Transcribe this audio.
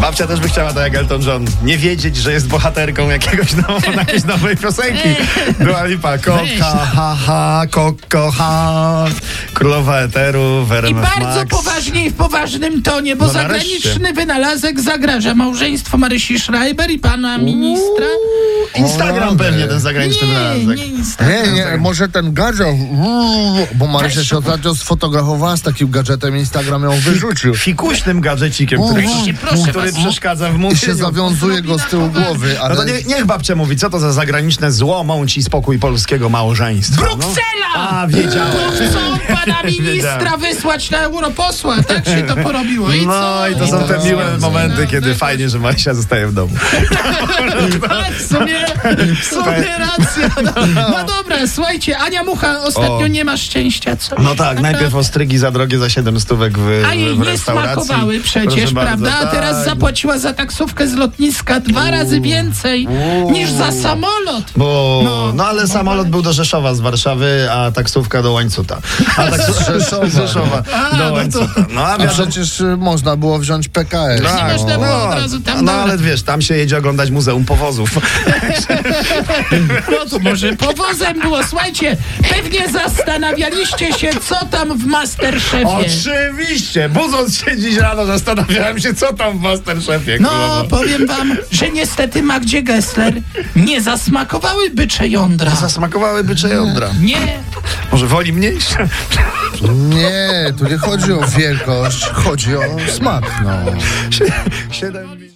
Babcia też by chciała, tak jak Elton John, nie wiedzieć, że jest bohaterką jakiegoś now- jakiejś nowej piosenki. Dua Lipa, kocha, ha, ha, koko, ha. Królowa Eteru, w I RMF bardzo Max. poważnie i w poważnym tonie, bo No nareszcie. zagraniczny wynalazek zagraża małżeństwo Marysi Schreiber i pana ministra. Instagram pewnie ten zagraniczny Nie, wynalazek. nie, nic Tak, Nie, nie, może ten gadżet, uuu, bo Marysia się ostatnio sfotografowała z takim gadżetem, Instagram ją wyrzucił. Fikuśnym gadżecikiem, który, Oczywiście, proszę który was. przeszkadza w I się mówieniu. zawiązuje go z tyłu głowy, No to ale... nie, niech babcia mówi, co to za zagraniczne zło mąci spokój polskiego małżeństwa. Bruksela! No. A, wiedziałem. Chcą pana ministra Wiedziałem. wysłać na europosła, tak się to porobiło. I co? No i to są te miłe momenty, kiedy fajnie, że Marysia zostaje w domu. Tak, w sumie, w sumie racja. No, no dobra, słuchajcie, Ania Mucha ostatnio O. nie ma szczęścia, co? No tak, najpierw ostrygi za drogie za 7 stówek w, A jej w nie restauracji. smakowały przecież, Proszę prawda? bardzo, A teraz tak. zapłaciła za taksówkę z lotniska dwa razy więcej niż za samolot. Bo, no, ale samolot był do Rzeszowa z Warszawy, a taksówka do Łańcuta. A taksu... Z Rzeszowa. A, no do to- Łańcuta. No, a A wiadomo, przecież y, można było wziąć PKS. tak, Nie można było od razu tam no dole. ale wiesz, tam się jedzie oglądać Muzeum Powozów. No to może powozem było. Słuchajcie, pewnie zastanawialiście się, co tam w Masterchefie. Oczywiście! Budząc się dziś rano, zastanawiałem się, co tam w Masterchefie. No, królowo. powiem wam, że niestety Magdzie Gessler nie zasmakowały bycze jądra. Zasmakowały bycze jądra. Nie, Może woli mniejsze? Nie, tu nie chodzi o wielkość, chodzi o smak, no. Siedem...